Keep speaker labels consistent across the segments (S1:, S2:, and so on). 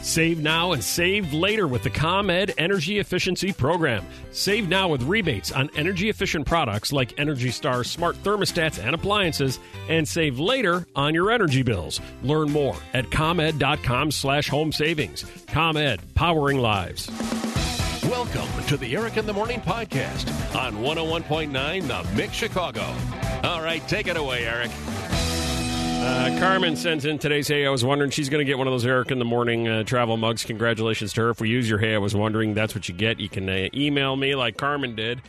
S1: Save now and save later with the ComEd Energy Efficiency Program. Save now with rebates on energy efficient products like Energy Star smart thermostats and appliances, and save later on your energy bills. Learn more at ComEd.com slash home savings. ComEd, powering lives.
S2: Welcome to the Eric in the Morning Podcast on 101.9 The Mix Chicago. All right, take it away, Eric.
S1: Uh, Carmen sends in today's Hey, I was wondering. She's going to get one of those Eric in the Morning uh, travel mugs. Congratulations to her. If we use your Hey, I was wondering, that's what you get. You can uh, email me like Carmen did,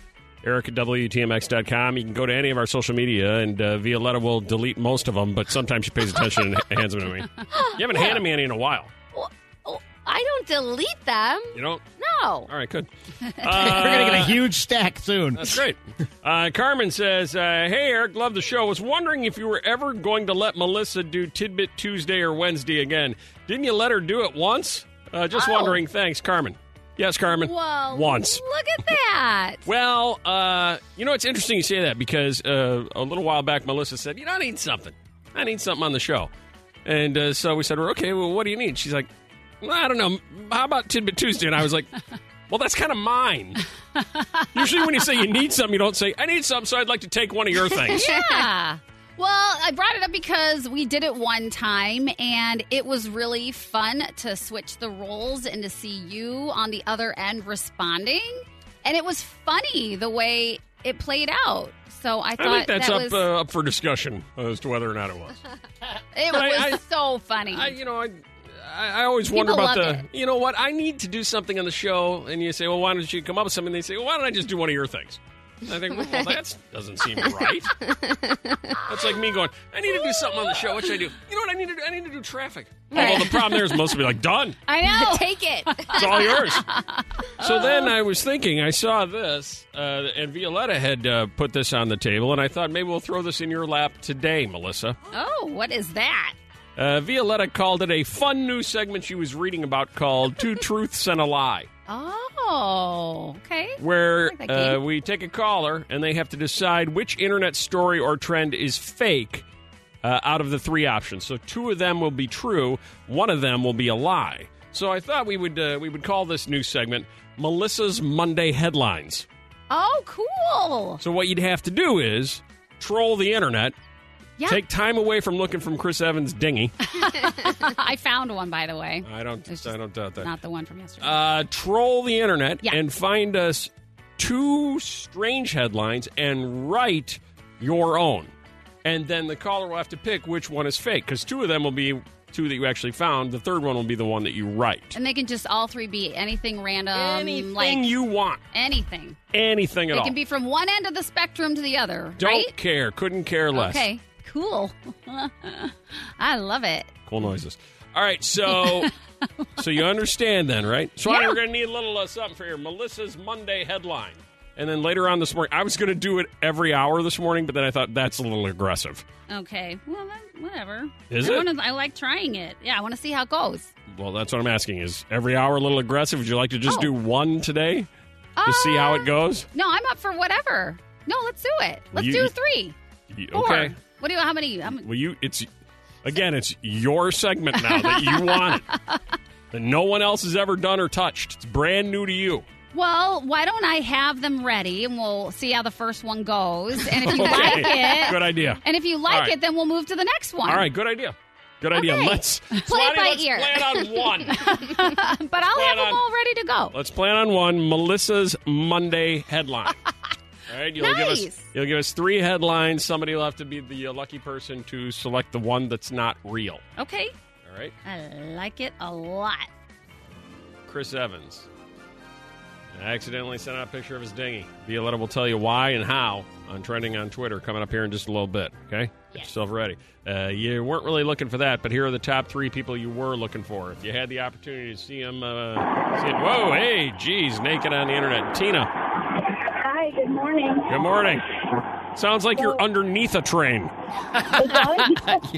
S1: Eric at WTMX.com. You can go to any of our social media, and uh, Violetta will delete most of them, but sometimes she pays attention and hands them to me. You haven't handed me any in a while.
S3: Well, oh, I don't delete them.
S1: You don't?
S3: No.
S1: All right, good.
S4: We're going to get a huge stack soon.
S1: That's great. Uh, Carmen says, uh, "Hey Eric, love the show. Was wondering if you were ever going to let Melissa do Tidbit Tuesday or Wednesday again. Didn't you let her do it once? Uh, just
S3: Oh.
S1: wondering. Thanks, Carmen. Yes, Carmen.
S3: Well,
S1: once.
S3: Look at that.
S1: Well, uh, you know it's interesting you say that because uh, a little while back Melissa said, "You know, I need something. I need something on the show," and uh, so we said, well, "Okay, well, what do you need?" She's like, "Well, "I don't know. How about Tidbit Tuesday?" And I was like. Well, that's kind of mine. Usually, when you say you need something, you don't say, I need something, so I'd like to take one of your things.
S3: Yeah. Well, I brought it up because we did it one time and it was really fun to switch the roles and to see you on the other end responding. And it was funny the way it played out. So I thought
S1: I think that's
S3: that
S1: up
S3: was
S1: uh, up for discussion as to whether or not it was.
S3: it
S1: but I-
S3: was
S1: I-
S3: so funny.
S1: I, you know, I, I I always wonder
S3: People
S1: about
S3: love
S1: the. You know what? I need to do something on the show, and you say, "Well, why don't you come up with something?" They say, "Well, why don't I just do one of your things?" And I think, well, that doesn't seem right. That's like me going, "I need to do something on the show. What should I do?" You know what I need to do? I need to do traffic. Although the problem there is most of it like done.
S3: I know.
S5: Take it.
S1: It's all yours. So then I was thinking, I saw this, uh, and Violetta had uh, put this on the table, and I thought maybe we'll throw this in your lap today, Melissa.
S3: oh, what is that?
S1: Uh, Violetta called it a fun new segment she was reading about called Two Truths and a Lie,
S3: Oh, okay.
S1: where
S3: I like that
S1: uh,
S3: game.
S1: we take a caller and they have to decide which internet story or trend is fake uh, out of the three options. So two of them will be true, one of them will be a lie. So I thought we would uh, we would call this new segment Melissa's Monday Headlines.
S3: Oh, cool.
S1: So what you'd have to do is troll the internet,
S3: Yeah.
S1: take time away from looking from Chris Evans' dinghy.
S3: I found one, by the way.
S1: I don't
S3: It's just
S1: I don't doubt that.
S3: Not the one from yesterday.
S1: uh, troll the internet
S3: Yeah.
S1: and find us two strange headlines and write your own. And then the caller will have to pick which one is fake because two of them will be two that you actually found. The third one will be the one that you write.
S3: and they can just all three be anything random,
S1: anything
S3: like
S1: you want,
S3: anything.
S1: anything at
S3: It
S1: all.
S3: can be from one end of the spectrum to the other,
S1: Don't
S3: right?
S1: care. Couldn't care less.
S3: Okay, cool. I love it.
S1: Cool noises. All right, so so you understand then, right? So
S3: Yeah.
S1: we're going to need a little uh, something for here. Melissa's Monday headline. And then later on this morning, I was going to do it every hour this morning, but then I thought that's a little aggressive.
S3: Okay, well, then, whatever.
S1: Is
S3: I
S1: it?
S3: Wanna, I like trying it. Yeah, I want to see how it goes.
S1: Well, that's what I'm asking is every hour a little aggressive. Would you like to just
S3: Oh. Uh,
S1: do one today to see how it goes?
S3: Um, No, I'm up for whatever. No, let's do it. Let's
S1: You-
S3: do three,
S1: Y-
S3: four.
S1: Okay.
S3: What do you? How many? How many
S1: Well, you it's again, it's your segment now that you want it. That no one else has ever done or touched. It's brand new to you.
S3: well, why don't I have them ready, and we'll see how the first one goes. And if you
S1: Okay.
S3: like it,
S1: Good idea.
S3: And if you like
S1: All right.
S3: it, then we'll move to the next one.
S1: All right, good idea. Good idea.
S3: Okay.
S1: Let's play
S3: it by
S1: let's
S3: ear.
S1: Plan on one.
S3: But I'll have
S1: Plan
S3: them
S1: on-
S3: all ready to go.
S1: let's plan on one. Melissa's Monday headline. All right, you'll give us
S3: Nice.
S1: you'll give us three headlines. Somebody will have to be the uh, lucky person to select the one that's not real.
S3: Okay.
S1: All right,
S3: I like it a lot.
S1: Chris Evans accidentally sent out a picture of his dinghy. Violetta will tell you why and how on trending on Twitter coming up here in just a little bit. Okay, get yourself ready. Uh, you weren't really looking for that, but here are the top three people you were looking for. If you had the opportunity to see them, uh, see it. Whoa, hey, geez, naked on the internet, Tina.
S6: Hi, good morning.
S1: Good morning. Sounds like you're underneath a train.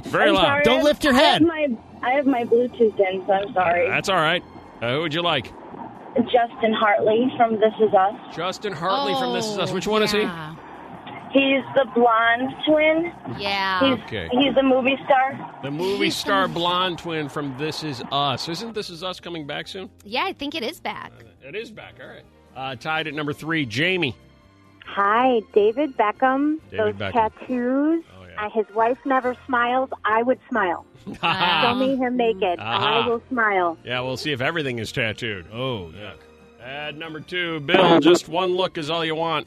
S1: Very
S6: I'm
S1: loud.
S6: sorry,
S4: Don't
S6: I-
S4: lift your
S6: I have
S4: head.
S6: my, I have my Bluetooth in, so I'm sorry.
S1: That's all right. Uh, who would you like?
S6: Justin Hartley from This Is Us.
S3: Oh,
S1: Justin Hartley from This Is Us. uh, Which one is he?
S3: yeah.
S6: He's the blonde twin.
S3: Yeah.
S6: He's,
S1: Okay.
S6: he's a movie star.
S1: The movie star blonde twin from This Is Us. Isn't This Is Us coming back soon?
S3: Yeah, I think it is back.
S1: It is back. All right. Uh, tied at number three, Jamie.
S5: Hi, David Beckham.
S1: David
S5: Those
S1: Beckham.
S5: tattoos.
S1: Oh, yeah.
S5: Uh, his wife never smiles. I would smile. Show
S3: Um,
S5: me him naked.
S1: Ah.
S5: I will smile.
S1: Yeah, we'll see if everything is tattooed. Oh, yuck. At number two, Bill, just one look is all you want.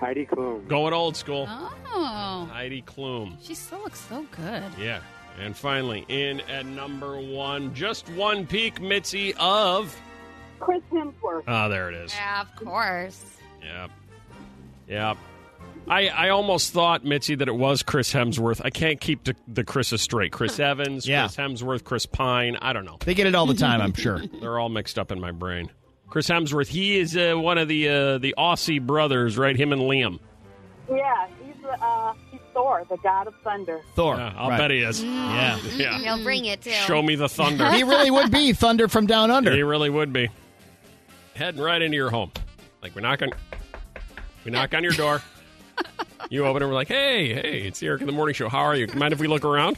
S7: Heidi Klum.
S1: Going old school.
S3: oh,
S1: Heidi Klum.
S3: she still looks so good.
S1: Yeah. And finally, in at number one, just one peak, Mitzi of.
S6: Chris Hemsworth.
S1: Ah, there it is.
S3: Yeah, of course.
S1: Yep. Yep. I, I almost thought, Mitzi, that it was Chris Hemsworth. I can't keep the, the Chris's straight. Chris Evans,
S4: Yeah.
S1: Chris Hemsworth, Chris Pine. I don't know.
S4: They get it all the time, I'm sure.
S1: They're all mixed up in my brain. Chris Hemsworth, he is uh, one of the uh, the Aussie brothers, right? Him and Liam.
S6: Yeah, he's uh, he's Thor, the god of thunder.
S4: Thor.
S1: Yeah, I'll
S4: right.
S1: bet he is.
S4: Yeah.
S1: Yeah.
S8: He'll bring it too.
S1: Show me the thunder.
S4: he really would be Thunder from Down
S1: he
S4: Under.
S1: really would be. Heading right into your home. Like we knock on we knock on your door. You open it, we're like, hey, hey, it's the Eric in the Morning Show. How are you? Mind if we look around?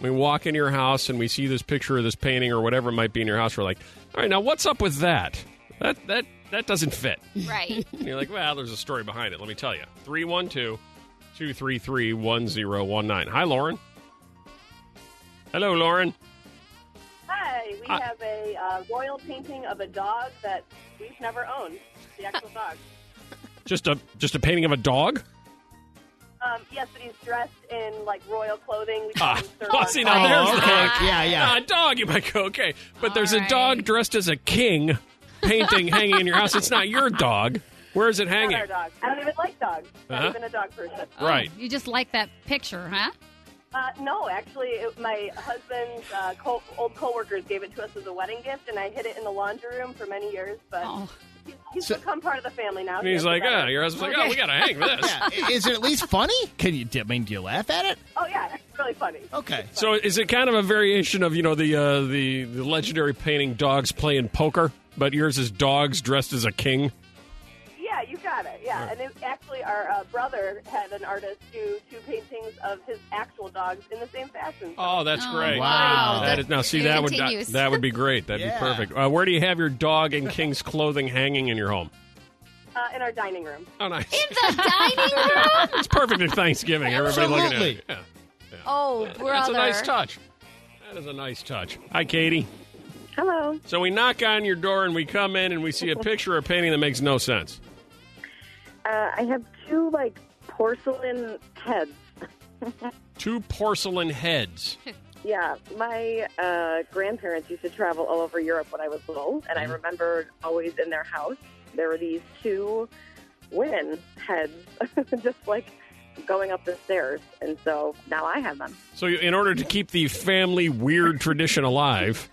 S1: We walk into your house and we see this picture of this painting or whatever it might be in your house. We're like, all right, now what's up with that? That that that doesn't fit.
S8: Right.
S1: And you're like, well, there's a story behind it. Let me tell you. 312 233 1019. Hi, Lauren. Hello, Lauren.
S6: Hi, we
S1: Hi.
S6: have a uh, royal painting of a dog that we've never owned. The actual dog.
S1: Just a just a painting of a dog?
S6: Um, yes, but he's dressed in like royal clothing. We
S1: Ah,
S6: call him Sir
S1: oh,
S6: Lon
S1: see,
S6: Clark.
S1: now there's
S4: Oh,
S1: the
S4: okay.
S1: hook.
S4: Yeah, yeah.
S1: Ah, a dog, you might go, okay. But
S3: All
S1: there's a
S3: right.
S1: dog dressed as a king painting hanging in your house. It's not your dog. Where is it
S6: Not
S1: hanging?
S6: our dog. I don't even like dogs. Not
S1: Uh-huh.
S6: even a dog person.
S3: Oh,
S1: Right.
S3: You just like that picture, huh?
S6: Uh, no, actually, it, my husband's uh, co- old coworkers gave it to us as a wedding gift, and I hid it in the laundry room for many years. But
S3: Oh.
S6: he's, he's become part of the family now.
S1: And he's
S6: He knows
S1: like,
S6: about
S1: ah,
S6: it.
S1: your husband's like, oh, we got to hang this.
S4: Yeah. I- Is it at least funny? Can you? I mean, do you laugh at it?
S6: oh yeah, it's really funny.
S4: Okay.
S1: So is it kind of a variation of you know the uh, the the legendary painting dogs playing poker, but yours is dogs dressed as a king?
S6: Yeah, you got it. Yeah, and it, actually, our uh, brother had an artist do two paintings of his actual dogs in the same fashion.
S1: Oh, that's
S3: Oh,
S1: great!
S4: Wow.
S1: That is, now see
S8: It
S1: that would that,
S8: continues.
S1: that would be great. That'd
S4: Yeah.
S1: be perfect. Uh, where do you have your dog and king's clothing hanging in your home?
S6: Uh, in our dining room.
S1: Oh, nice!
S8: the dining room.
S1: it's perfect at Thanksgiving. Everybody looking at it.
S4: Absolutely.
S1: Yeah.
S8: Oh, brother.
S1: That's a nice touch. That is a nice touch. Hi, Katie.
S6: Hello.
S1: So we knock on your door and we come in and we see a picture or a painting that makes no sense.
S6: Uh, I have two like porcelain heads.
S1: Two porcelain heads.
S6: Yeah, my uh, grandparents used to travel all over Europe when I was little, and I remembered always in their house there were these two women heads just like going up the stairs, and so now I have them.
S1: So, you- in order to keep the family weird tradition alive,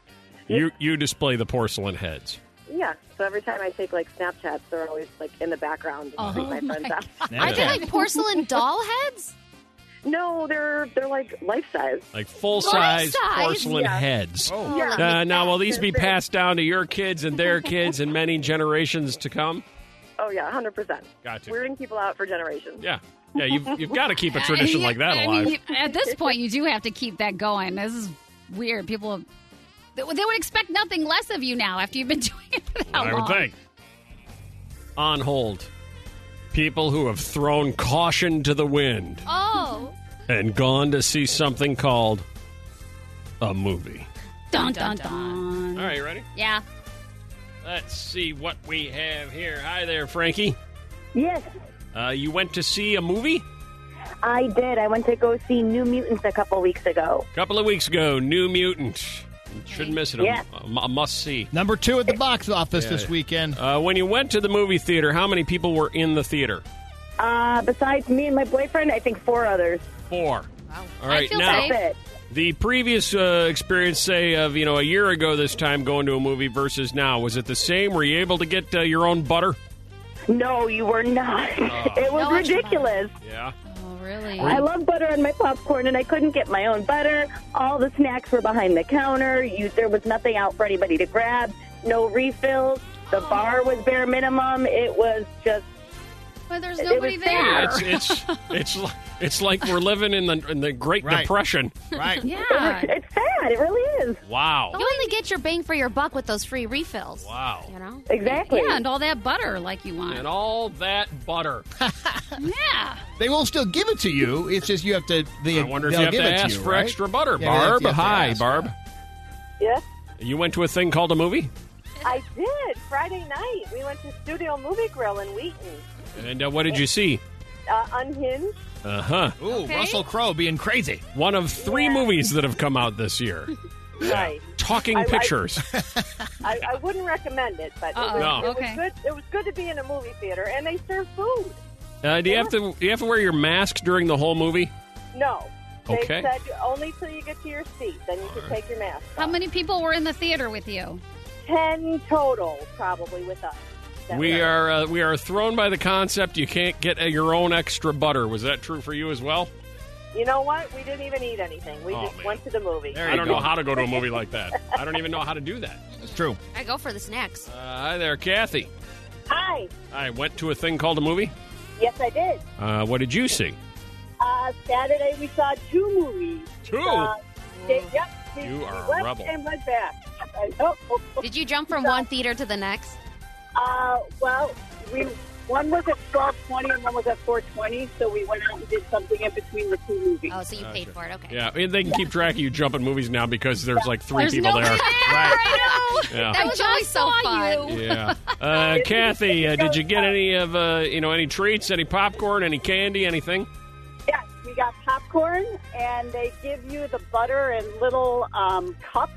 S1: you you display the porcelain heads.
S6: Yeah, so every time I take like Snapchats, they're always like in the background.
S3: Oh,
S6: and freak my
S3: my
S6: friends out.
S8: Are they like porcelain doll heads?
S6: No, they're they're like life size.
S1: Like full size
S8: Life-size,
S1: porcelain
S6: yeah.
S1: heads.
S4: Oh.
S6: Yeah.
S1: Uh, now, will these be passed down to your kids and their kids and many generations to come?
S6: Oh yeah, hundred percent.
S1: Gotcha.
S6: Weirding people out for generations.
S1: Yeah. Yeah, you've, you've got to keep a tradition
S3: Yeah,
S1: like that
S3: I
S1: alive.
S3: mean, you- at this point, you do have to keep that going. This is weird. People, have, they they would expect nothing less of you now after you've been doing it for that
S1: I
S3: long.
S1: would think. On hold. People who have thrown caution to the wind
S8: Oh.
S1: and gone to see something called a movie.
S3: Dun dun dun.
S1: All right, you ready?
S3: Yeah.
S1: Let's see what we have here. Hi there, Frankie.
S5: Yes,
S1: Uh, you went to see a movie
S5: I did. I went to go see New Mutants a couple weeks ago.
S1: a couple of weeks ago, New Mutant. Shouldn't miss it. A-
S5: Yeah.
S1: A, a must see.
S4: Number two at the box office
S1: Yeah,
S4: this
S1: yeah.
S4: weekend.
S1: Uh, when you went to the movie theater, how many people were in the theater?
S5: Uh, besides me and my boyfriend, I think four others.
S1: Four. All
S3: I
S1: right,
S3: feel
S1: now.
S3: safe.
S5: That's it.
S1: The previous uh, experience, say of you know a year ago this time going to a movie versus now, was it the same? Were you able to get uh, your own butter?
S5: No, you were not. it was
S8: No extra
S5: ridiculous.
S1: Yeah.
S3: Oh, really?
S5: I love butter on my popcorn, and I couldn't get my own butter. All the snacks were behind the counter. You, there was nothing out for anybody to grab. No refills. The bar was bare minimum. It was just
S3: But there's
S9: It
S3: nobody
S9: was
S3: there.
S1: It's it's it's li- it's like we're living in the in the Great
S4: Right.
S1: Depression.
S4: Right.
S3: Yeah.
S9: It's sad. It really is.
S1: Wow.
S8: You only get your bang for your buck with those free refills.
S1: Wow.
S8: You know?
S9: Exactly.
S3: Yeah, and all that butter like you want.
S1: And all that butter.
S3: yeah.
S4: They will still give it to you. It's just you have to. They,
S1: I wonder if
S4: they'll
S1: you have
S4: give
S1: to
S4: it
S1: ask
S4: you,
S1: for
S4: right?
S1: extra butter,
S4: Yeah, you have
S1: Barb.
S4: to- you have to
S1: Hi,
S4: ask.
S1: Barb.
S9: Yes,
S1: You went to a thing called a movie,
S9: I did. Friday night, we went to Studio Movie Grill in Wheaton.
S1: and uh, what did you see?
S9: Uh, Unhinged.
S1: Uh huh.
S4: Ooh, Russell Crowe being crazy.
S1: One of three movies that have come out this year.
S9: Right.
S1: Talking
S9: I- I-
S1: pictures.
S9: I, I wouldn't recommend it, but it
S3: Uh-oh.
S9: was,
S1: Uh-uh. No.
S9: it, was
S3: Okay.
S9: good, it was good to be in a movie theater, and they serve food.
S1: Uh, do you have to do you have to wear your mask during the whole movie?
S9: No. They
S1: Okay.
S9: said only till you get to your seat, then you can take your mask.
S3: How
S9: off.
S3: many people were in the theater with you?
S9: Ten total, probably with us. That
S1: We
S9: was-
S1: are uh, we are thrown by the concept you can't get uh, your own extra butter. Was that true for you as well?
S9: You know what? We didn't even eat anything. We
S1: Oh,
S9: just
S1: man.
S9: went to the movie.
S4: There
S1: I
S4: you
S1: don't
S4: go.
S1: know how to go to a movie like that. I don't even know how to do that.
S4: It's true.
S8: I go for the snacks.
S1: Uh, hi there, Kathy.
S9: Hi.
S1: I went to a thing called a movie.
S9: Yes, I did.
S1: Uh, what did you see?
S9: Uh, Saturday we saw two movies.
S1: Two?
S9: Uh, they- yep. we-
S1: You
S9: we
S1: are a
S9: went
S1: rebel.
S9: And went back. I know.
S8: Did you jump from one theater to the next?
S9: Uh, well, we one was at twelve twenty and one was at four twenty, so we went out and did something in between the two movies.
S8: Oh, so you paid for it. Okay.
S1: Yeah, and they can keep track of you jumping movies now because there's like three
S3: There's
S1: people
S3: nobody
S1: there.
S3: I know.
S1: Yeah.
S8: That was always so fun.
S1: Yeah. Uh, Kathy, uh, did you get any of uh, you know any treats, any popcorn, any candy, anything?
S9: Yes, we got popcorn, and they give you the butter in little um, cups,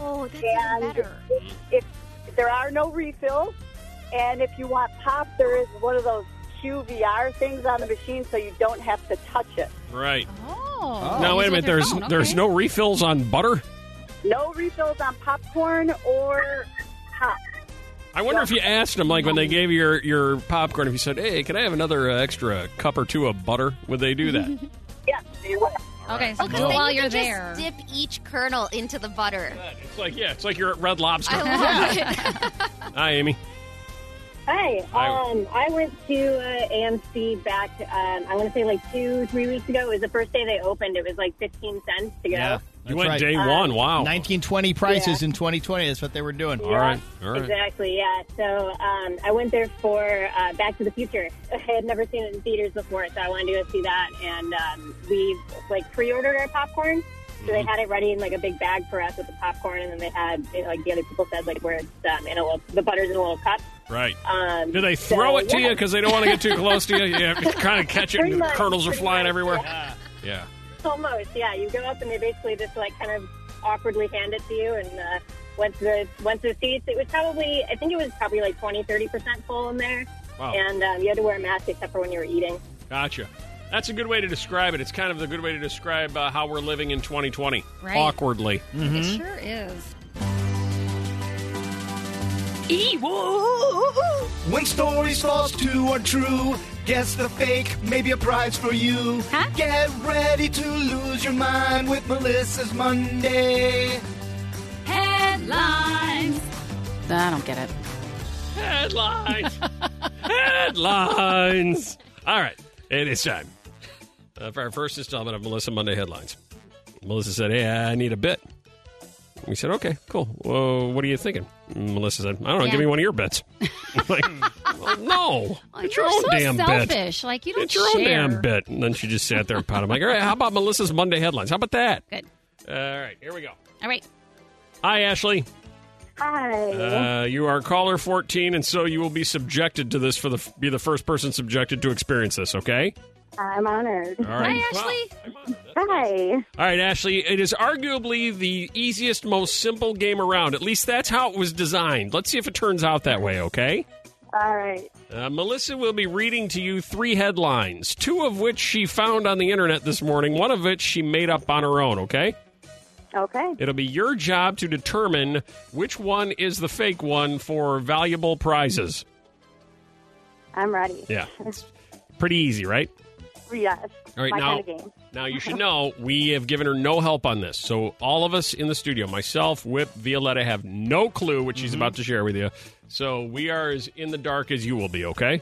S8: Oh, that's
S9: and
S8: even better.
S9: if there are no refills, and if you want pop, there is one of those QVR things on the machine, so you don't have to touch it.
S1: Right.
S3: Oh. Use
S1: now wait a
S3: with
S1: minute.
S3: your
S1: There's
S3: phone, okay.
S1: there's no refills on butter.
S9: No refills on popcorn or pop.
S1: I wonder if you asked them, like when they gave you your, your popcorn, if you said, "Hey, can I have another uh, extra cup or two of butter?" Would they do that?
S9: Yes, they will.
S3: Okay, so
S8: Oh, 'cause
S3: go
S8: then
S3: while
S8: you
S3: you're
S8: can
S3: there.
S8: just dip each kernel into the butter.
S1: it's like yeah, it's like you're at Red Lobster.
S8: I love it.
S1: Hi, Amy.
S9: Hi.
S1: Hi.
S9: Um, I went to uh, AMC back. Um, I want to say like two, three weeks ago. It was the first day they opened. It was like fifteen cents to go.
S4: Yeah.
S1: You
S4: That's
S1: went
S4: right.
S1: day one. Wow.
S4: 1920 prices in 2020. That's what they were doing.
S1: All right. All right.
S9: Exactly. Yeah. So um, I went there for uh, Back to the Future. I had never seen it in theaters before, so I wanted to go see that. And um, we like pre-ordered our popcorn, so
S1: Mm-hmm.
S9: they had it ready in like a big bag for us with the popcorn, and then they had you know, like the other people said like where it's um, in a little, the butter's in a little cup.
S1: Right.
S9: Um,
S1: Do they throw
S9: so,
S1: it to
S9: yeah.
S1: you because they don't want to get too close to you? You have to kind of catch it,
S9: Pretty
S1: and the
S9: much,
S1: kernels are
S9: pretty
S1: flying
S9: much,
S1: everywhere.
S9: yeah.
S1: Yeah.
S9: Almost, yeah. You go up and they basically just like kind of awkwardly hand it to you and uh, went to the went to the seats. It was probably I think it was probably like 20, 30 percent full in there,
S1: Wow.
S9: and um, you had to wear a mask except for when you were eating.
S1: Gotcha. That's a good way to describe it. It's kind of a good way to describe uh, how we're living in 2020
S3: Right.
S1: awkwardly. Mm-hmm.
S3: It sure is.
S7: When stories false two are true, guess the fake, maybe a prize for you.
S3: Huh?
S7: Get ready to lose your mind with Melissa's Monday.
S3: Headlines. I don't get it.
S1: Headlines. Headlines. All right. It is time uh, for our first installment of Melissa Monday Headlines. Melissa said, Hey, I need a bit. We said, Okay, cool. Well, what are you thinking? And Melissa said, I don't know.
S3: Yeah.
S1: Give me one of your bits. like, well, no. it's your
S3: you're
S1: own
S3: so
S1: damn bit.
S3: selfish. Like you don't
S1: It's your own
S3: share.
S1: damn bit. And then she just sat there and pouted. I'm like, all right, how about Melissa's Monday headlines? How about that?
S3: Good.
S1: All right, here we go.
S3: All right.
S1: Hi, Ashley.
S9: Hi.
S1: Uh, you are caller 14, and so you will be subjected to this for the be the first person subjected to experience this. Okay.
S9: I'm honored.
S1: All right.
S3: Hi, Ashley.
S1: Wow, I'm honored. That's-
S9: Hi.
S1: All right, Ashley. It is arguably the easiest, most simple game around. At least that's how it was designed. Let's see if it turns out that way. Okay.
S9: All right.
S1: Uh, Melissa will be reading to you three headlines, two of which she found on the internet this morning, one of which she made up on her own. Okay.
S9: Okay.
S1: It'll be your job to determine which one is the fake one for valuable prizes.
S9: I'm ready.
S1: Yeah. It's pretty easy, right?
S9: Yes.
S1: All right,
S9: My
S1: now,
S9: kind of game.
S1: now you should know we have given her no help on this. So all of us in the studio, myself, Whip, Violetta, have Mm-hmm. no clue what she's about to share with you. So we are as in the dark as you will be. Okay.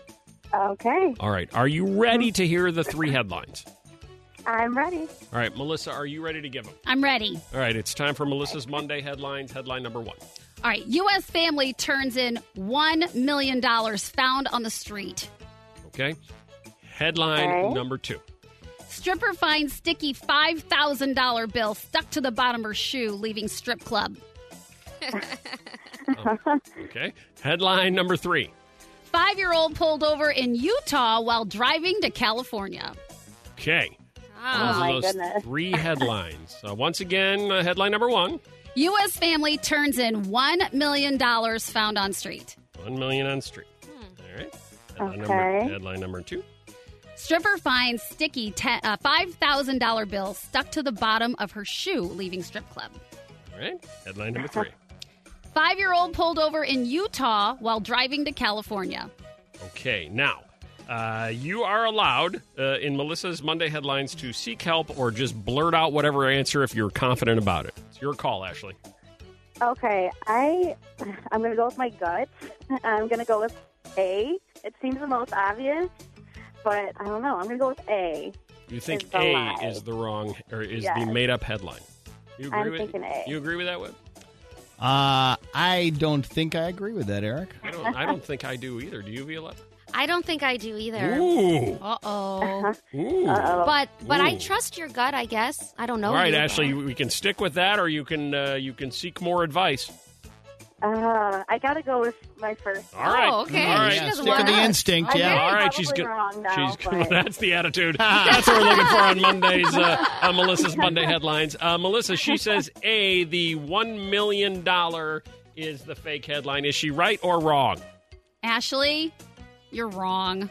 S5: Okay,
S1: All right. Are you ready to hear the three headlines?
S5: I'm ready.
S1: All right, Melissa, are you ready to give them?
S3: I'm ready.
S1: All right, it's time for Melissa's Monday headlines. Headline number one.
S3: All right, U.S. family turns in $1 million found on the street.
S1: Okay. Headline
S5: Okay.
S1: number two.
S3: Stripper finds sticky $5,000 bill stuck to the bottom of her shoe, leaving strip club.
S1: Okay. Headline number three.
S3: Five year old pulled over in Utah while driving to California.
S1: Okay.
S3: Ah.
S1: Those
S5: Oh, my
S1: are those
S5: goodness.
S1: three headlines. Uh, once again, uh, headline number one.
S3: U.S. family turns in $1 million found on street.
S1: One million on street. All right. Headline,
S5: Okay.
S1: number, headline number two.
S3: Stripper finds sticky te- uh, $5,000 bill stuck to the bottom of her shoe, leaving strip club.
S1: All right. Headline number three.
S3: Five year old pulled over in Utah while driving to California.
S1: Okay. Now, uh, you are allowed uh, in Melissa's Monday headlines to seek help or just blurt out whatever answer if you're confident about it. It's your call, Ashley.
S5: Okay, I I'm gonna go with my gut. I'm gonna go with A. It seems the most obvious, but I don't know. I'm gonna go with A.
S1: You think
S5: Is the
S1: A
S5: lie.
S1: is the wrong or is the
S5: Yes.
S1: made up headline? You agree
S5: I'm
S1: with
S5: thinking A.
S1: You agree with that, Webb?
S4: Uh, I don't think I agree with that, Eric.
S1: I don't. I don't think I do either. Do you, Viola?
S8: I don't think I do either.
S1: Ooh.
S3: Uh oh.
S1: Ooh.
S8: But but I
S1: Ooh.
S8: trust your gut, I guess. I don't know.
S1: All right,
S8: you.
S1: Ashley, you- we can stick with that, or you can uh, you can seek more advice.
S5: Uh, I gotta go with my first.
S1: All right.
S8: Oh, okay.
S1: All
S8: She
S1: right.
S4: yeah,
S8: doesn't
S4: stick with the
S8: want-
S4: instinct. Yeah.
S1: All right,
S5: Probably
S1: she's good.
S5: wrong now,
S1: She's good.
S5: but-
S1: That's the attitude. That's what we're looking for on Mondays uh, on Melissa's Monday headlines. Uh, Melissa, she says a the one million dollar is the fake headline. Is she right or wrong?
S3: Ashley, you're wrong.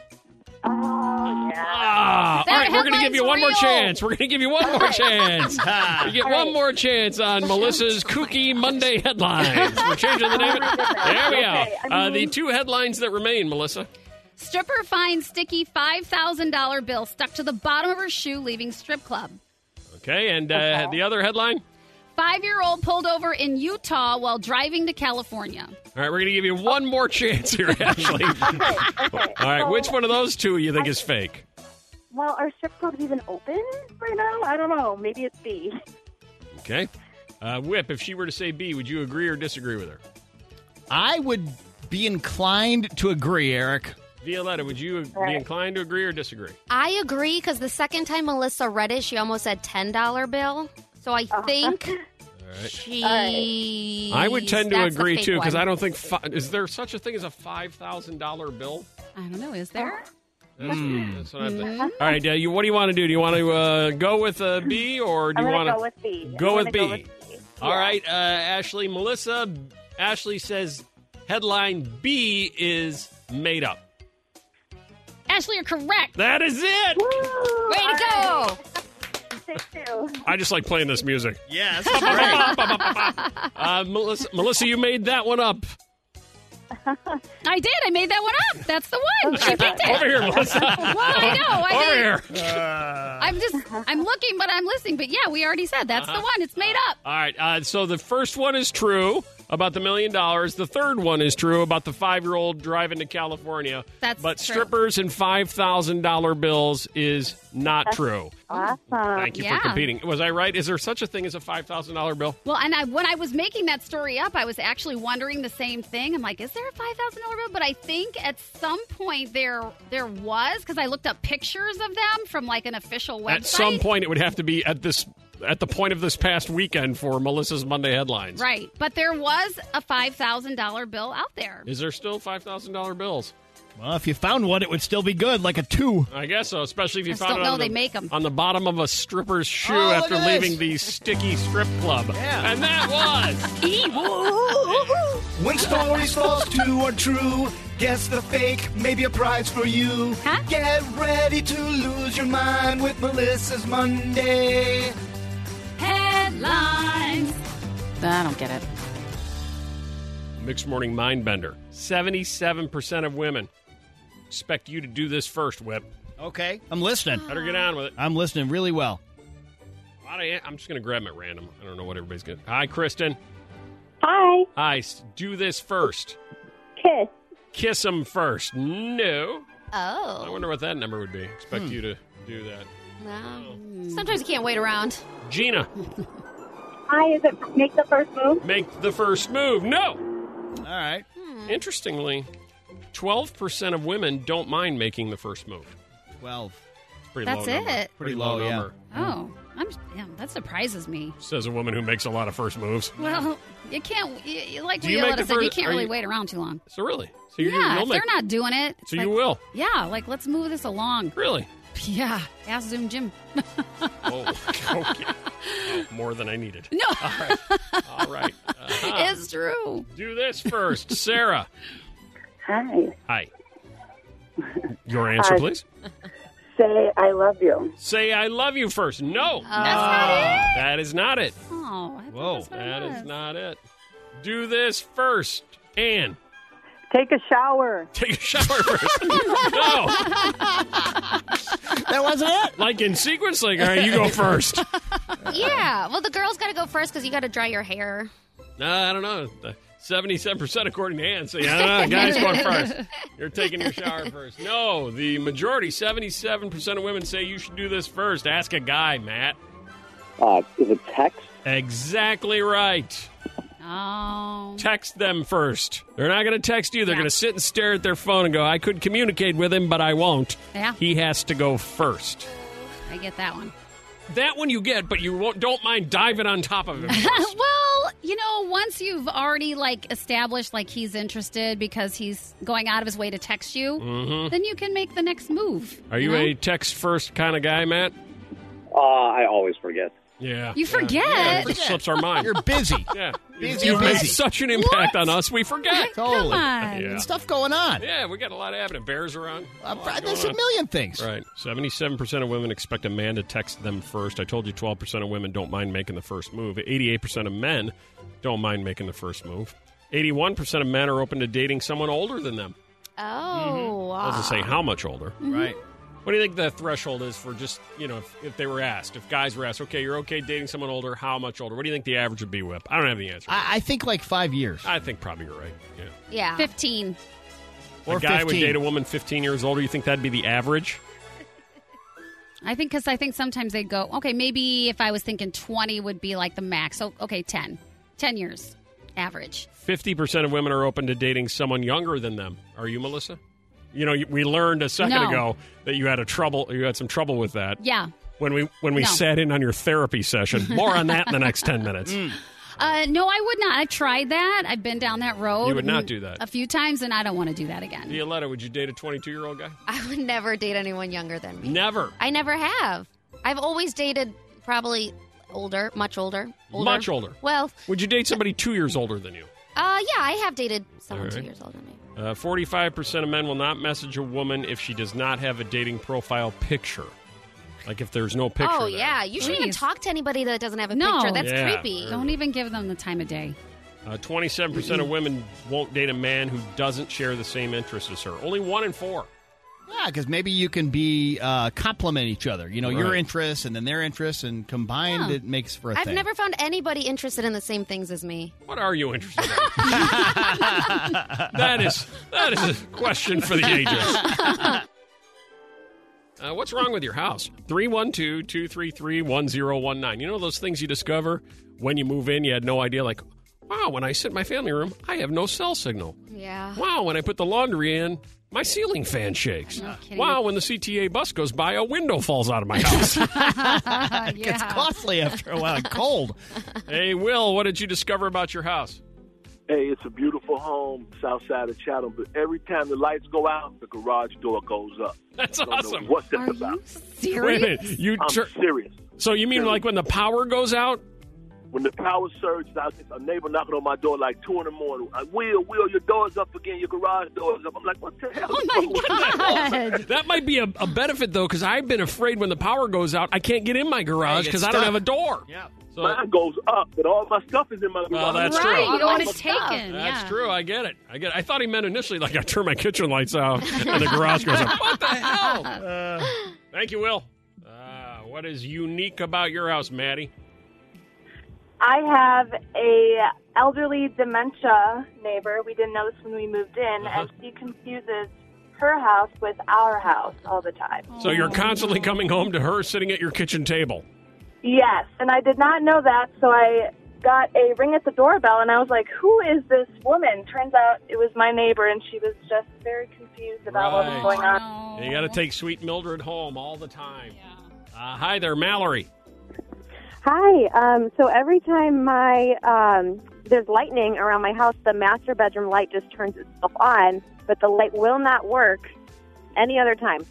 S5: Oh yeah.
S1: Ah, all
S3: That
S1: right, we're going to give
S3: headline's
S1: you one more
S3: real.
S1: chance. We're going to give you one more chance.
S4: Ah.
S1: You get one more chance on Melissa's Kooky Monday headlines. We're changing the name. of- There we go.
S5: Okay, I
S1: Uh, the
S5: mean-
S1: two headlines that remain, Melissa.
S3: Stripper finds sticky $5,000 bill stuck to the bottom of her shoe, leaving strip club.
S1: Okay, and uh, the other headline.
S3: Five year old pulled over in Utah while driving to California.
S1: All right, we're going to give you one more chance here, Ashley.
S5: Okay,
S1: All right,
S5: so-
S1: which one of those two you think is fake?
S5: Well, are strip clubs even open right now? I don't know. Maybe it's B.
S1: Okay. Uh, Whip, if she were to say B, would you agree or disagree with her?
S4: I would be inclined to agree, Eric.
S1: Violetta, would you be
S5: Right.
S1: inclined to agree or disagree?
S8: I agree because the second time Melissa read it, she almost said ten dollar bill. So I think
S1: All right.
S8: she.
S1: I would tend to agree too because I don't think fi- is there such a thing as a five thousand dollar bill.
S3: I don't know, is there?
S1: That's, that's what I think. All right, uh, you, what do you want to do? Do you want to uh, go with uh, B or do
S5: I'm
S1: you
S5: gonna
S1: want to
S5: go with B.
S1: Go
S5: I'm gonna
S1: with B.
S5: Go with B.
S1: All right, uh, Ashley, Melissa, Ashley says headline B is made up.
S3: Ashley, you're correct.
S1: That is it.
S5: Woo!
S8: Way to go!
S5: Six two.
S1: I just like playing this music.
S4: Yeah,
S1: Uh, Melissa, Melissa, you made that one up.
S3: I did. I made that one up. That's the one. She picked it.
S1: Over here, Melissa.
S3: Well, I know. I
S1: Over
S3: mean,
S1: here.
S3: I'm just, I'm looking, but I'm listening. But yeah, we already said
S1: Uh-huh.
S3: that's the one. It's made up.
S1: All right. Uh, so the first one is true about the million dollars. The third one is true about the five-year-old driving to California.
S3: That's
S1: but
S3: true.
S1: strippers and five thousand dollar bills is not true.
S5: Awesome.
S1: Thank you
S3: Yeah.
S1: for competing. Was I right? Is there such a thing as a five thousand dollar bill?
S3: Well, and I, when I was making that story up, I was actually wondering the same thing. I'm like, is there a five thousand dollar bill? But I think at some point there there was because I looked up pictures of them from like an official website.
S1: At some point, it would have to be at this at the point of this past weekend for Melissa's Monday headlines.
S3: right? But there was a five thousand dollar bill out there.
S1: Is there still five thousand dollar bills?
S4: Well, if you found one, it would still be good, like a two.
S1: I guess so, especially if you
S3: I
S1: found
S3: still
S1: it
S3: know
S1: on
S3: they
S1: the,
S3: make 'em.
S1: on the bottom of a stripper's shoe
S4: Oh, look
S1: after
S4: at
S1: leaving the sticky strip club.
S4: Yeah.
S1: And that was
S7: When stories false two are true, guess the fake, maybe a prize for you.
S3: Huh?
S7: Get ready to lose your mind with Melissa's Monday.
S3: Headlines. I don't get it.
S1: Mixed Morning Mind Bender. 77% of women expect you to do this first, Whip.
S4: Okay, I'm listening.
S1: Better get on with it.
S4: I'm listening really well.
S1: A lot of- I'm just going to grab them at random. I don't know what everybody's going to. Hi, Kristen.
S5: Hi.
S1: Hi, s- do this first.
S5: Kiss.
S1: Kiss them first. No. I
S8: Oh.
S1: wonder what that number would be.
S4: Hmm.
S1: Expect you to do that.
S8: No. Sometimes you can't wait around.
S1: Gina,
S5: Hi, is it make the first move?
S1: make the first move. No.
S4: All right.
S1: Interestingly, 12% of women don't mind making the first move.
S4: 12.
S1: Pretty
S3: That's
S1: low number.
S3: it?
S1: Pretty low,
S4: Pretty low, yeah.
S1: number.
S3: Oh, I'm, yeah, that surprises me.
S1: Says a woman who makes a lot of first moves.
S3: Well, you can't, you- you, like
S1: Do you make
S3: Violetta
S1: the
S3: said, you
S1: first-
S3: can't
S1: are
S3: really
S1: you-
S3: wait around too long.
S1: So really? So you,
S3: yeah,
S1: you'll
S3: if they're
S1: make.
S3: not doing it.
S1: so
S3: like,
S1: you will.
S3: Yeah, like let's move this along.
S1: Really?
S3: Yeah, ask Zoom Jim.
S1: Oh, okay. Oh, more than I needed.
S3: No,
S1: All right. Uh-huh.
S3: it's true.
S1: Do this first, Sarah.
S5: Hi.
S1: Hi. Your answer,
S5: Hi.
S1: please.
S5: Say I love you.
S1: Say I love you first. No. Ah,
S3: That's
S1: That is not it.
S3: Oh, I thought
S4: Whoa,
S3: that's what it
S1: That is
S3: was.
S1: not it. Do this first, Anne.
S5: Take a shower.
S1: Take a shower first. no,
S4: That wasn't it.
S1: like in sequence, like all right, you go first. Uh,
S8: Yeah. Well, the girl's got to go first because you got to dry your hair.
S1: I don't know. Seventy-seven percent, according to Anne. So yeah, I don't know. guys going first. You're taking your shower first. No, the majority, seventy-seven percent of women say you should do this first. Ask a guy, Matt.
S10: Uh, is it text?
S1: Exactly right.
S3: Oh,
S1: Text them first. They're not going to text you. They're
S3: Yeah.
S1: going to sit and stare at their phone and go, I could communicate with him, but I won't.
S3: Yeah.
S1: He has to go first.
S3: I get that one.
S1: That one you get, but you won't, don't mind diving on top of him. first.
S3: well, you know, once you've already like established like he's interested because he's going out of his way to text you, then you can make the next move.
S1: Mm-hmm. Are you
S3: know?
S1: a text first kind of guy, Matt?
S10: Uh, I always forget.
S1: Yeah.
S3: You forget.
S1: Yeah, it just slips our mind.
S4: You're busy.
S1: yeah.
S4: Busy,
S1: you made
S4: busy.
S1: such an impact on us, we forget.
S4: Totally.
S3: Come on.
S1: Yeah.
S4: Stuff going on.
S1: Yeah, we got a lot happening. Bears are on.
S4: Uh,
S1: lot
S4: there's
S1: going
S4: a
S1: on.
S4: million things.
S1: Right. 77% of women expect a man to text them first. I told you 12% of women don't mind making the first move. 88% of men don't mind making the first move. 81% of men are open to dating someone older than them.
S8: Oh.
S1: I was to say how much older.
S4: Right.
S1: What do you think the threshold is for just, you know, if, if they were asked, if guys were asked, okay, you're okay dating someone older, how much older? What do you think the average would be, Whip? I don't have the answer. I,
S4: I, I think like five years.
S1: think probably you're right.
S8: Yeah.
S1: Yeah.
S3: 15.
S4: Or
S1: a guy would
S4: 15.
S1: date a woman 15 years older. You think that'd be the average?
S3: I think because I think sometimes they go, okay, maybe if I was thinking 20 would be like the max. So, okay, 10. 10 years average.
S1: 50% of women are open to dating someone younger than them. Are you, Melissa? You know, we learned a second
S3: No.
S1: ago that you had a trouble you had some trouble with that
S3: Yeah.
S1: when we when we
S3: No.
S1: sat in on your therapy session. More on that in the next 10 minutes.
S3: Uh, no, I would not. I've tried that. I've been down that road.
S1: You would not
S3: and-
S1: do that.
S3: A few times, and I don't want to do that again.
S1: Violetta, would you date a 22-year-old guy?
S8: I would never date anyone younger than me.
S1: Never.
S8: I never have. I've always dated probably older, much older. older.
S1: Much older.
S8: Well,
S1: Would you date somebody 2 years older than you?
S8: uh, yeah, I have dated someone
S1: All
S8: two
S1: right.
S8: years older than me.
S1: Uh, 45% of men will not message a woman if she does not have a dating profile picture. Like if there's no picture.
S8: oh,
S1: there.
S8: yeah. You shouldn't even
S3: Please.
S8: talk to anybody that doesn't have a
S3: No.
S8: picture. That's
S1: Yeah.
S8: creepy.
S3: Don't even give them the time of day.
S1: Uh, 27% of women won't date a man who doesn't share the same interests as her. Only 1 in 4.
S4: Yeah, because maybe you can be uh, complement each other. You know, your
S1: Right.
S4: interests and then their interests, and combined,
S3: Yeah.
S4: it makes for a
S8: I've
S4: thing.
S8: never found anybody interested in the same things as me.
S1: What are you interested in? that is that is a question for the ages. Uh, what's wrong with your house? 312-233-1019. You know those things you discover when you move in, you had no idea like, wow, when I sit in my family room, I have no cell signal.
S8: Yeah.
S1: Wow, when I put the laundry in, my ceiling fan shakes.
S3: kidding.
S1: Wow, when the CTA bus goes by, a window falls out of my house.
S3: Uh, yeah.
S4: It's costly after a while. Cold.
S1: hey, Will, what did you discover about your house?
S11: Hey, it's a beautiful home, south side of Chatham, but every time the lights go out, the garage door goes up.
S1: That's
S11: I don't
S1: awesome.
S11: Know what that's
S3: Are
S11: about?
S3: you
S1: Wait
S3: serious?
S1: a minute. You
S11: I'm
S1: tur-
S11: serious.
S1: So you mean like when the power goes out?
S11: When the power surges, I a neighbor knocking on my door like two in the morning. I will, will your door's up again, your garage door's up. I'm like, what the hell?
S3: Oh my God.
S1: That might be a, a benefit though, because I've been afraid when the power goes out, I can't get in my garage
S4: Hey,
S1: because
S4: it's
S1: I don't
S4: stuck.
S1: have a door.
S4: Yeah.
S1: So
S11: Mine goes up, but all my stuff is in my garage.
S1: Well, that's true.
S3: right. You don't want
S8: All
S3: it
S8: the stuff.
S3: taken.
S1: that's
S3: yeah.
S1: true. I get it. I get. It. I thought he meant initially like I turn my kitchen lights out and the garage goes up. What the hell? Uh, thank you, Will. Uh, what is unique about your house, Maddie?
S5: I have a elderly dementia neighbor. We didn't know this when we moved in, and she confuses
S12: her house with our house all the time.
S1: So you're constantly coming home to her sitting at your kitchen table.
S12: Yes, and I did not know that, so I got a ring at the doorbell, and I was like, "Who is this woman?" Turns out it was my neighbor, and she was just very confused about what was
S1: Right.
S3: Oh,
S12: going on.
S1: You got to take sweet Mildred home all the time. Uh, hi there, Mallory.
S13: Hi. Um, so every time my um, there's lightning around my house, the master bedroom light just turns itself on, but the light will not work any other time.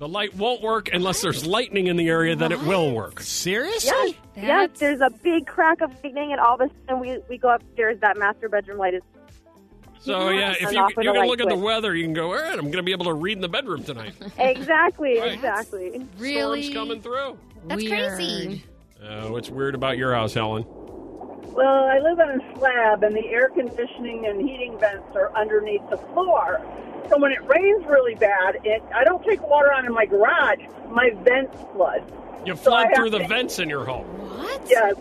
S1: The light won't work unless there's lightning in the area, then it will work.
S13: Yes,
S1: Seriously?
S13: yes. There's a big crack of lightning, and all of a sudden we, we go upstairs. That master bedroom light is
S1: So, yeah, if
S13: And
S1: you,
S13: off with
S1: you
S13: the
S1: can
S13: light
S1: look at the
S13: switch.
S1: weather, you can go, all right, I'm going to be able to read in the bedroom tonight.
S13: exactly exactly
S1: really coming through.
S3: That's crazy.
S1: Uh, what's weird about your house, Helen?
S14: Well, I live on a slab, and the air conditioning and heating vents are underneath the floor. So when it rains really bad, it I don't take water on in my garage. My vents flood.
S1: You
S14: So I
S1: flood
S14: have
S1: through the
S14: to-
S1: vents in your home.
S14: What? Yes.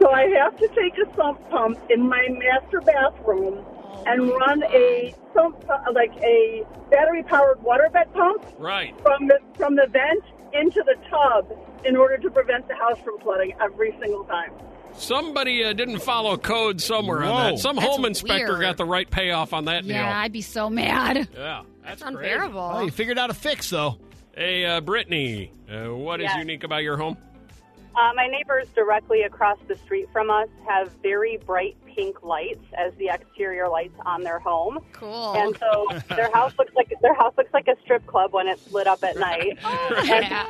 S14: So I have to take a sump pump in my master bathroom and run a sump pu- like a battery powered water vet pump
S1: Right.
S14: from the from the vent into the tub in order to prevent the house from flooding every single time.
S1: Somebody uh, didn't follow code somewhere on
S3: Whoa.
S1: that. Some
S3: That's
S1: home inspector
S3: weird.
S1: got the right payoff on that
S3: Yeah,
S1: deal.
S3: I'd be so mad.
S1: Yeah. That's,
S3: unbearable.
S4: Oh, you figured out a fix though.
S1: Hey, uh, Brittany, uh, what is
S15: Yes.
S1: unique about your home?
S15: Uh, my neighbors directly across the street from us have very bright pink lights as the exterior lights on their home.
S3: Cool.
S15: And
S1: Oh.
S15: so their house looks like their house looks like a strip club when it's lit up at night. And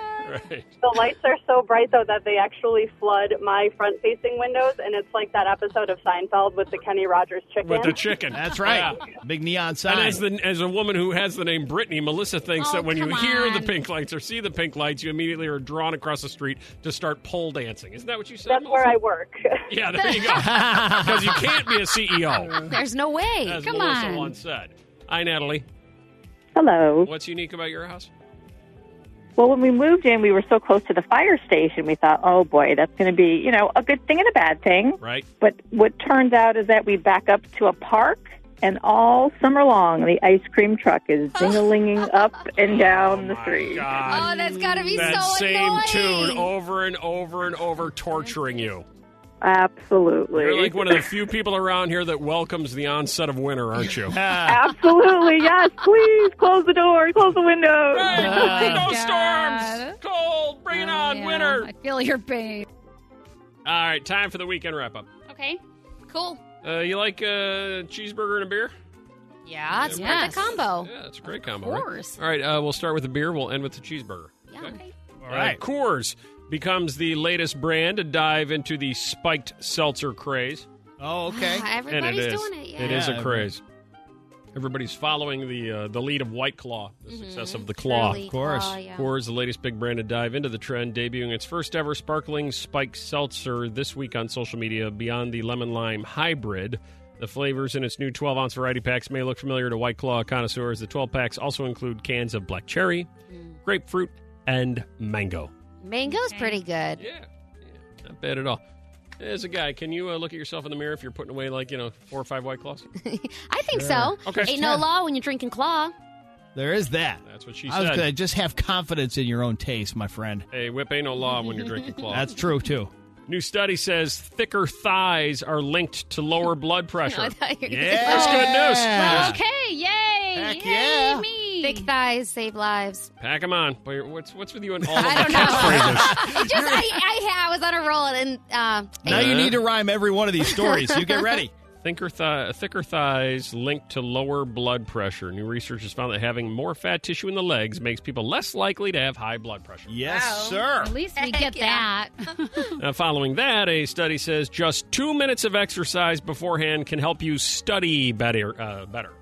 S1: Right.
S15: the lights are so bright though that they actually flood my front-facing windows, and it's like that episode of Seinfeld with the Kenny Rogers chicken.
S1: With the chicken. That's right.
S4: Big neon
S1: And
S4: sign.
S1: as, the, as a woman who has the name Brittany, Melissa thinks
S4: Oh,
S1: that when you
S4: come
S1: hear the
S4: on.
S1: pink lights or see the pink lights, you immediately are drawn across the street to start pole dancing. Isn't that what you said?
S15: That's where I work.
S1: Yeah, there you go. Because you can't be a CEO.
S8: There's no way.
S1: As
S8: Come
S1: Melissa
S8: on.
S1: once said. Hi, Natalie.
S16: Hello.
S1: What's unique about your house?
S16: Well, when we moved in, we were so close to the fire station. We thought, oh boy, that's going to be, you know, a good thing and a bad thing.
S1: Right.
S16: But what turns out is that we back up to a park, and all summer long, the ice cream truck is ding-a-linging up and down the street.
S3: Oh, that's got to be
S1: that
S3: so
S1: same
S3: annoying.
S1: tune over and over and over, torturing you.
S16: Absolutely.
S1: You're like one of the few people around here that welcomes the onset of winter, aren't you?
S16: Absolutely, yes. Please close the door, close the window.
S3: Oh
S1: no storms. Cold. Bring it on, winter.
S3: I feel your pain.
S1: All right, time for the weekend wrap up.
S3: Okay, cool.
S1: Uh, you like uh, cheeseburger and a beer?
S8: Yeah,
S3: it's
S8: it's
S3: part of
S8: yes.
S3: the combo.
S1: Yeah, it's a great combo. right?
S3: Oh, course.
S1: All right, uh, we'll start with the beer. We'll end with the cheeseburger.
S3: Yeah.
S1: All right. Coors becomes the latest brand to dive into the spiked seltzer craze.
S8: Ah,
S4: Oh, okay.
S1: And it is. It is a craze. Everybody's following the uh, the lead of White Claw, the success of the Claw.
S4: Curly Of course. Claw, yeah.
S1: Coors, the latest big brand to dive into the trend, debuting its first ever sparkling spike seltzer this week on social media beyond the lemon lime hybrid. The flavors in its new 12 ounce variety packs may look familiar to White Claw connoisseurs. The 12 packs also include cans of black cherry, grapefruit, and mango.
S8: Mango's pretty good.
S1: Yeah. Not bad at all. As a guy, can you uh, look at yourself in the mirror if you're putting away like you know four or five White Claws?
S8: I think
S1: Sure.
S8: so.
S1: Okay.
S8: Ain't no law when you're drinking claw.
S4: There is that.
S1: That's what she
S4: I was
S1: said.
S4: gonna just have confidence in your own taste, my friend.
S1: Hey, whip ain't no law when you're drinking claw.
S4: That's true too.
S1: New study says thicker thighs are linked to lower blood pressure.
S8: thought you were-
S1: yeah, that's good news.
S8: Well,
S1: Just
S3: Okay, yay!
S8: Heck
S3: yay,
S8: yeah.
S3: me.
S8: Thick thighs save lives.
S1: Pack them on. Boy, What's what's with you and all of the catchphrases?
S8: It just, I, I, I was on a roll and uh,
S4: Now you need to rhyme every one of these stories. You get ready.
S1: Thinker thigh, thicker thighs linked to lower blood pressure. New research has found that having more fat tissue in the legs makes people less likely to have high blood pressure.
S4: Yes,
S3: At least we get that.
S1: Now, following that, a study says just two minutes of exercise beforehand can help you study better. Uh, better.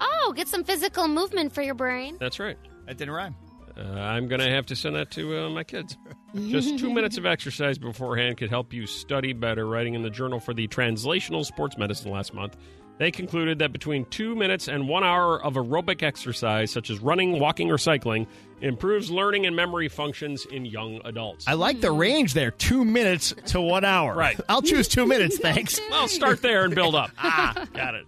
S8: oh, get some physical movement for your brain.
S1: That's right.
S4: That didn't rhyme.
S1: Uh, I'm going to have to send that to uh, my kids. Just two minutes of exercise beforehand could help you study better. Writing in the Journal for the Translational Sports Medicine last month, they concluded that between two minutes and one hour of aerobic exercise, such as running, walking, or cycling, improves learning and memory functions in young adults.
S4: I like
S3: Mm-hmm.
S4: the range there. Two minutes to one hour.
S1: Right.
S4: I'll choose two minutes, thanks.
S1: Well, start there and build up. ah, got it.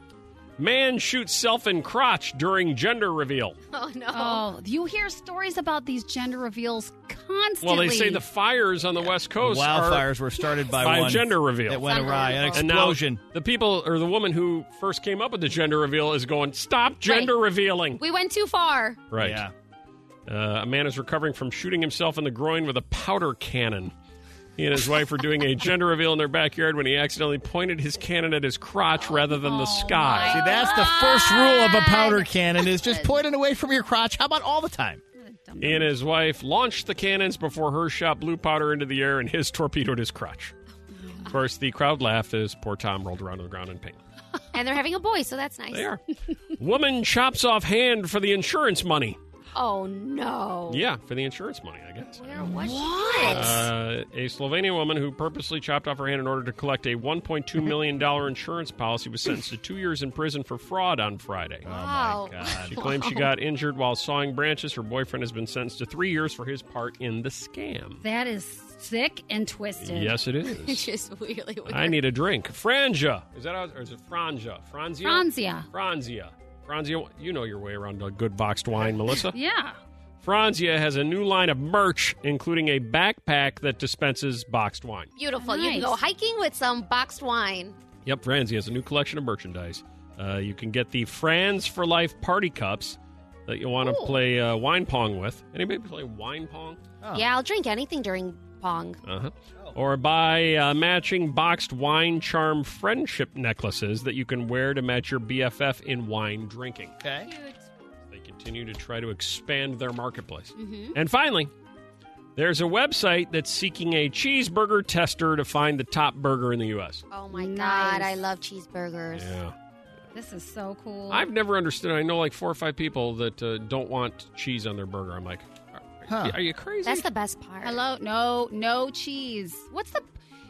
S1: Man shoots self in crotch during gender reveal.
S3: Oh no! Oh, you hear stories about these gender reveals constantly.
S1: Well, they say the fires on the West Coast
S4: Wildfires
S1: are
S4: were started by,
S1: by
S4: one
S1: gender reveal.
S4: that went awry, an
S1: And now
S4: explosion.
S1: the people or the woman who first came up with the gender reveal is going, "Stop gender revealing."
S3: We went too far.
S1: Right. Yeah. Uh, a man is recovering from shooting himself in the groin with a powder cannon. He and his wife were doing a gender reveal in their backyard when he accidentally pointed his cannon at his crotch rather than the sky.
S4: See, that's the first rule of a powder cannon is just point it away from your crotch. How about all the time?
S1: He and his wife launched the cannons before her shot blue powder into the air and his torpedoed his crotch. Of course, the crowd laughed as poor Tom rolled around on the ground in pain.
S8: And they're having a boy, so that's nice.
S1: They are. Woman chops off hand for the insurance money.
S8: Oh no.
S1: Yeah, for the insurance money, I guess.
S8: Where was
S1: Uh, a Slovenian woman who purposely chopped off her hand in order to collect a $1.2 million insurance policy was sentenced to two years in prison for fraud on Friday.
S8: Wow.
S1: She claims she got injured while sawing branches. Her boyfriend has been sentenced to three years for his part in the scam.
S3: That is sick and twisted.
S1: Yes, it is.
S3: it's just really weird.
S1: I need a drink. Franja. Is that how, or is it Franja? Franzia?
S3: Franzia.
S1: Franzia. Franzia, you know your way around a good boxed wine, Melissa.
S3: Yeah.
S1: Franzia has a new line of merch, including a backpack that dispenses boxed wine.
S8: Beautiful. You can
S3: Nice.
S8: go hiking with some boxed wine.
S1: Yep, Franzia has a new collection of merchandise. Uh, you can get the Franz for Life party cups that you want to
S8: Ooh.
S1: play uh, wine pong with. Anybody play wine pong?
S8: Yeah, I'll drink anything during pong.
S1: Uh-huh. Or buy uh, matching boxed wine charm friendship necklaces that you can wear to match your BFF in wine drinking.
S4: Okay.
S1: They continue to try to expand their marketplace.
S3: Mhm.
S1: And finally, there's a website that's seeking a cheeseburger tester to find the top burger in the U.S.
S8: Oh my
S3: Nice.
S8: god, I love cheeseburgers.
S1: Yeah.
S3: This is so cool.
S1: I've never understood. I know like four or five people that uh, don't want cheese on their burger. I'm like, are, are you crazy?
S8: That's the best part.
S3: Hello? No, no cheese. What's the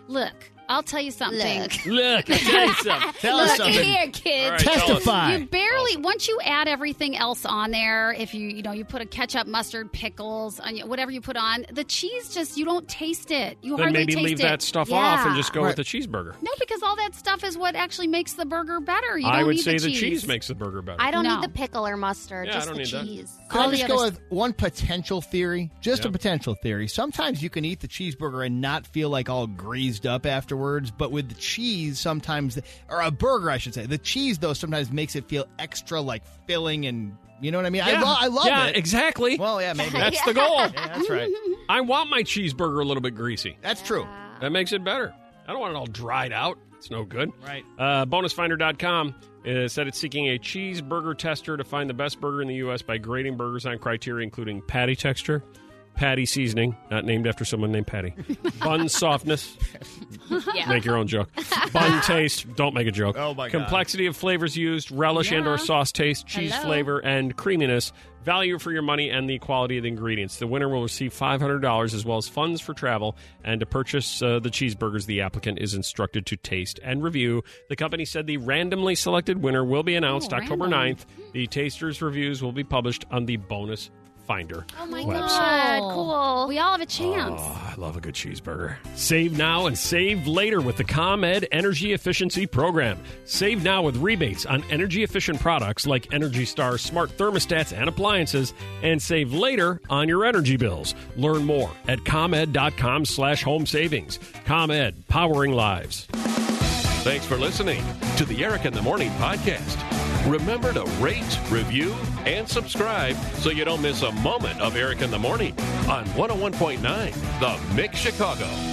S3: look? I'll tell you something.
S8: Look.
S1: Look, tell us something.
S4: Tell
S3: Look
S4: us something.
S3: here, kids.
S1: All right, tell us. Testify.
S3: You barely once you add everything else on there, if you you know you put a ketchup, mustard, pickles, onion, whatever you put on, the cheese just you don't taste it. You
S1: then
S3: hardly
S1: maybe
S3: taste
S1: leave
S3: it.
S1: that stuff off and
S3: Yeah.
S1: just go with the cheeseburger.
S3: No, because all that stuff is what actually makes the burger better. You
S1: I
S3: don't
S1: would
S3: need
S1: say
S3: the cheese.
S1: makes the burger better.
S8: I don't
S3: No.
S8: need the pickle or mustard,
S1: Yeah, I
S8: just
S1: don't
S8: the
S1: need that.
S8: cheese.
S4: Could
S8: All
S4: I
S8: the
S4: just
S8: other
S4: go with one potential theory? Just
S1: Yep.
S4: a potential theory. Sometimes you can eat the cheeseburger and not feel like all greased up afterwards, but with the cheese, sometimes, or a burger, I should say. The cheese, though, sometimes makes it feel extra like filling and, you know what I mean? I,
S1: Yeah.
S4: lo- I love
S1: Yeah,
S4: it.
S1: exactly.
S4: Well, yeah, maybe.
S1: That's the goal.
S4: Yeah, that's right.
S1: I want my cheeseburger a little bit greasy.
S4: That's true.
S1: That makes it better. I don't want it all dried out. It's no good.
S4: Right.
S1: Uh, bonusfinder.com uh, said it's seeking a cheeseburger tester to find the best burger in the U.S. by grading burgers on criteria including patty texture, patty seasoning, not named after someone named Patty, bun softness,
S3: Yeah.
S1: make your own joke, bun taste, don't make a joke,
S4: Oh, my God.
S1: complexity of flavors used, relish and
S3: Yeah.
S1: or sauce taste, cheese
S3: Hello.
S1: flavor and creaminess, value for your money, and the quality of the ingredients. The winner will receive $500 as well as funds for travel. And to purchase uh, the cheeseburgers, the applicant is instructed to taste and review. The company said the randomly selected winner will be announced
S3: Oh,
S1: October
S3: random.
S1: 9th. The tasters' reviews will be published on the bonus finder.
S8: Oh my
S1: Website.
S8: god, cool.
S3: We all have a chance.
S1: Oh, I love a good cheeseburger. Save now and save later with the ComEd Energy Efficiency Program. Save now with rebates on energy efficient products like Energy Star smart thermostats and appliances, and save later on your energy bills. Learn more at ComEd.com slash home savings. ComEd, powering lives.
S2: Thanks for listening to the Eric in the Morning podcast. Remember to rate, review, and subscribe so oh you don't miss a moment of Eric in the Morning on 101.9 The Mix Chicago.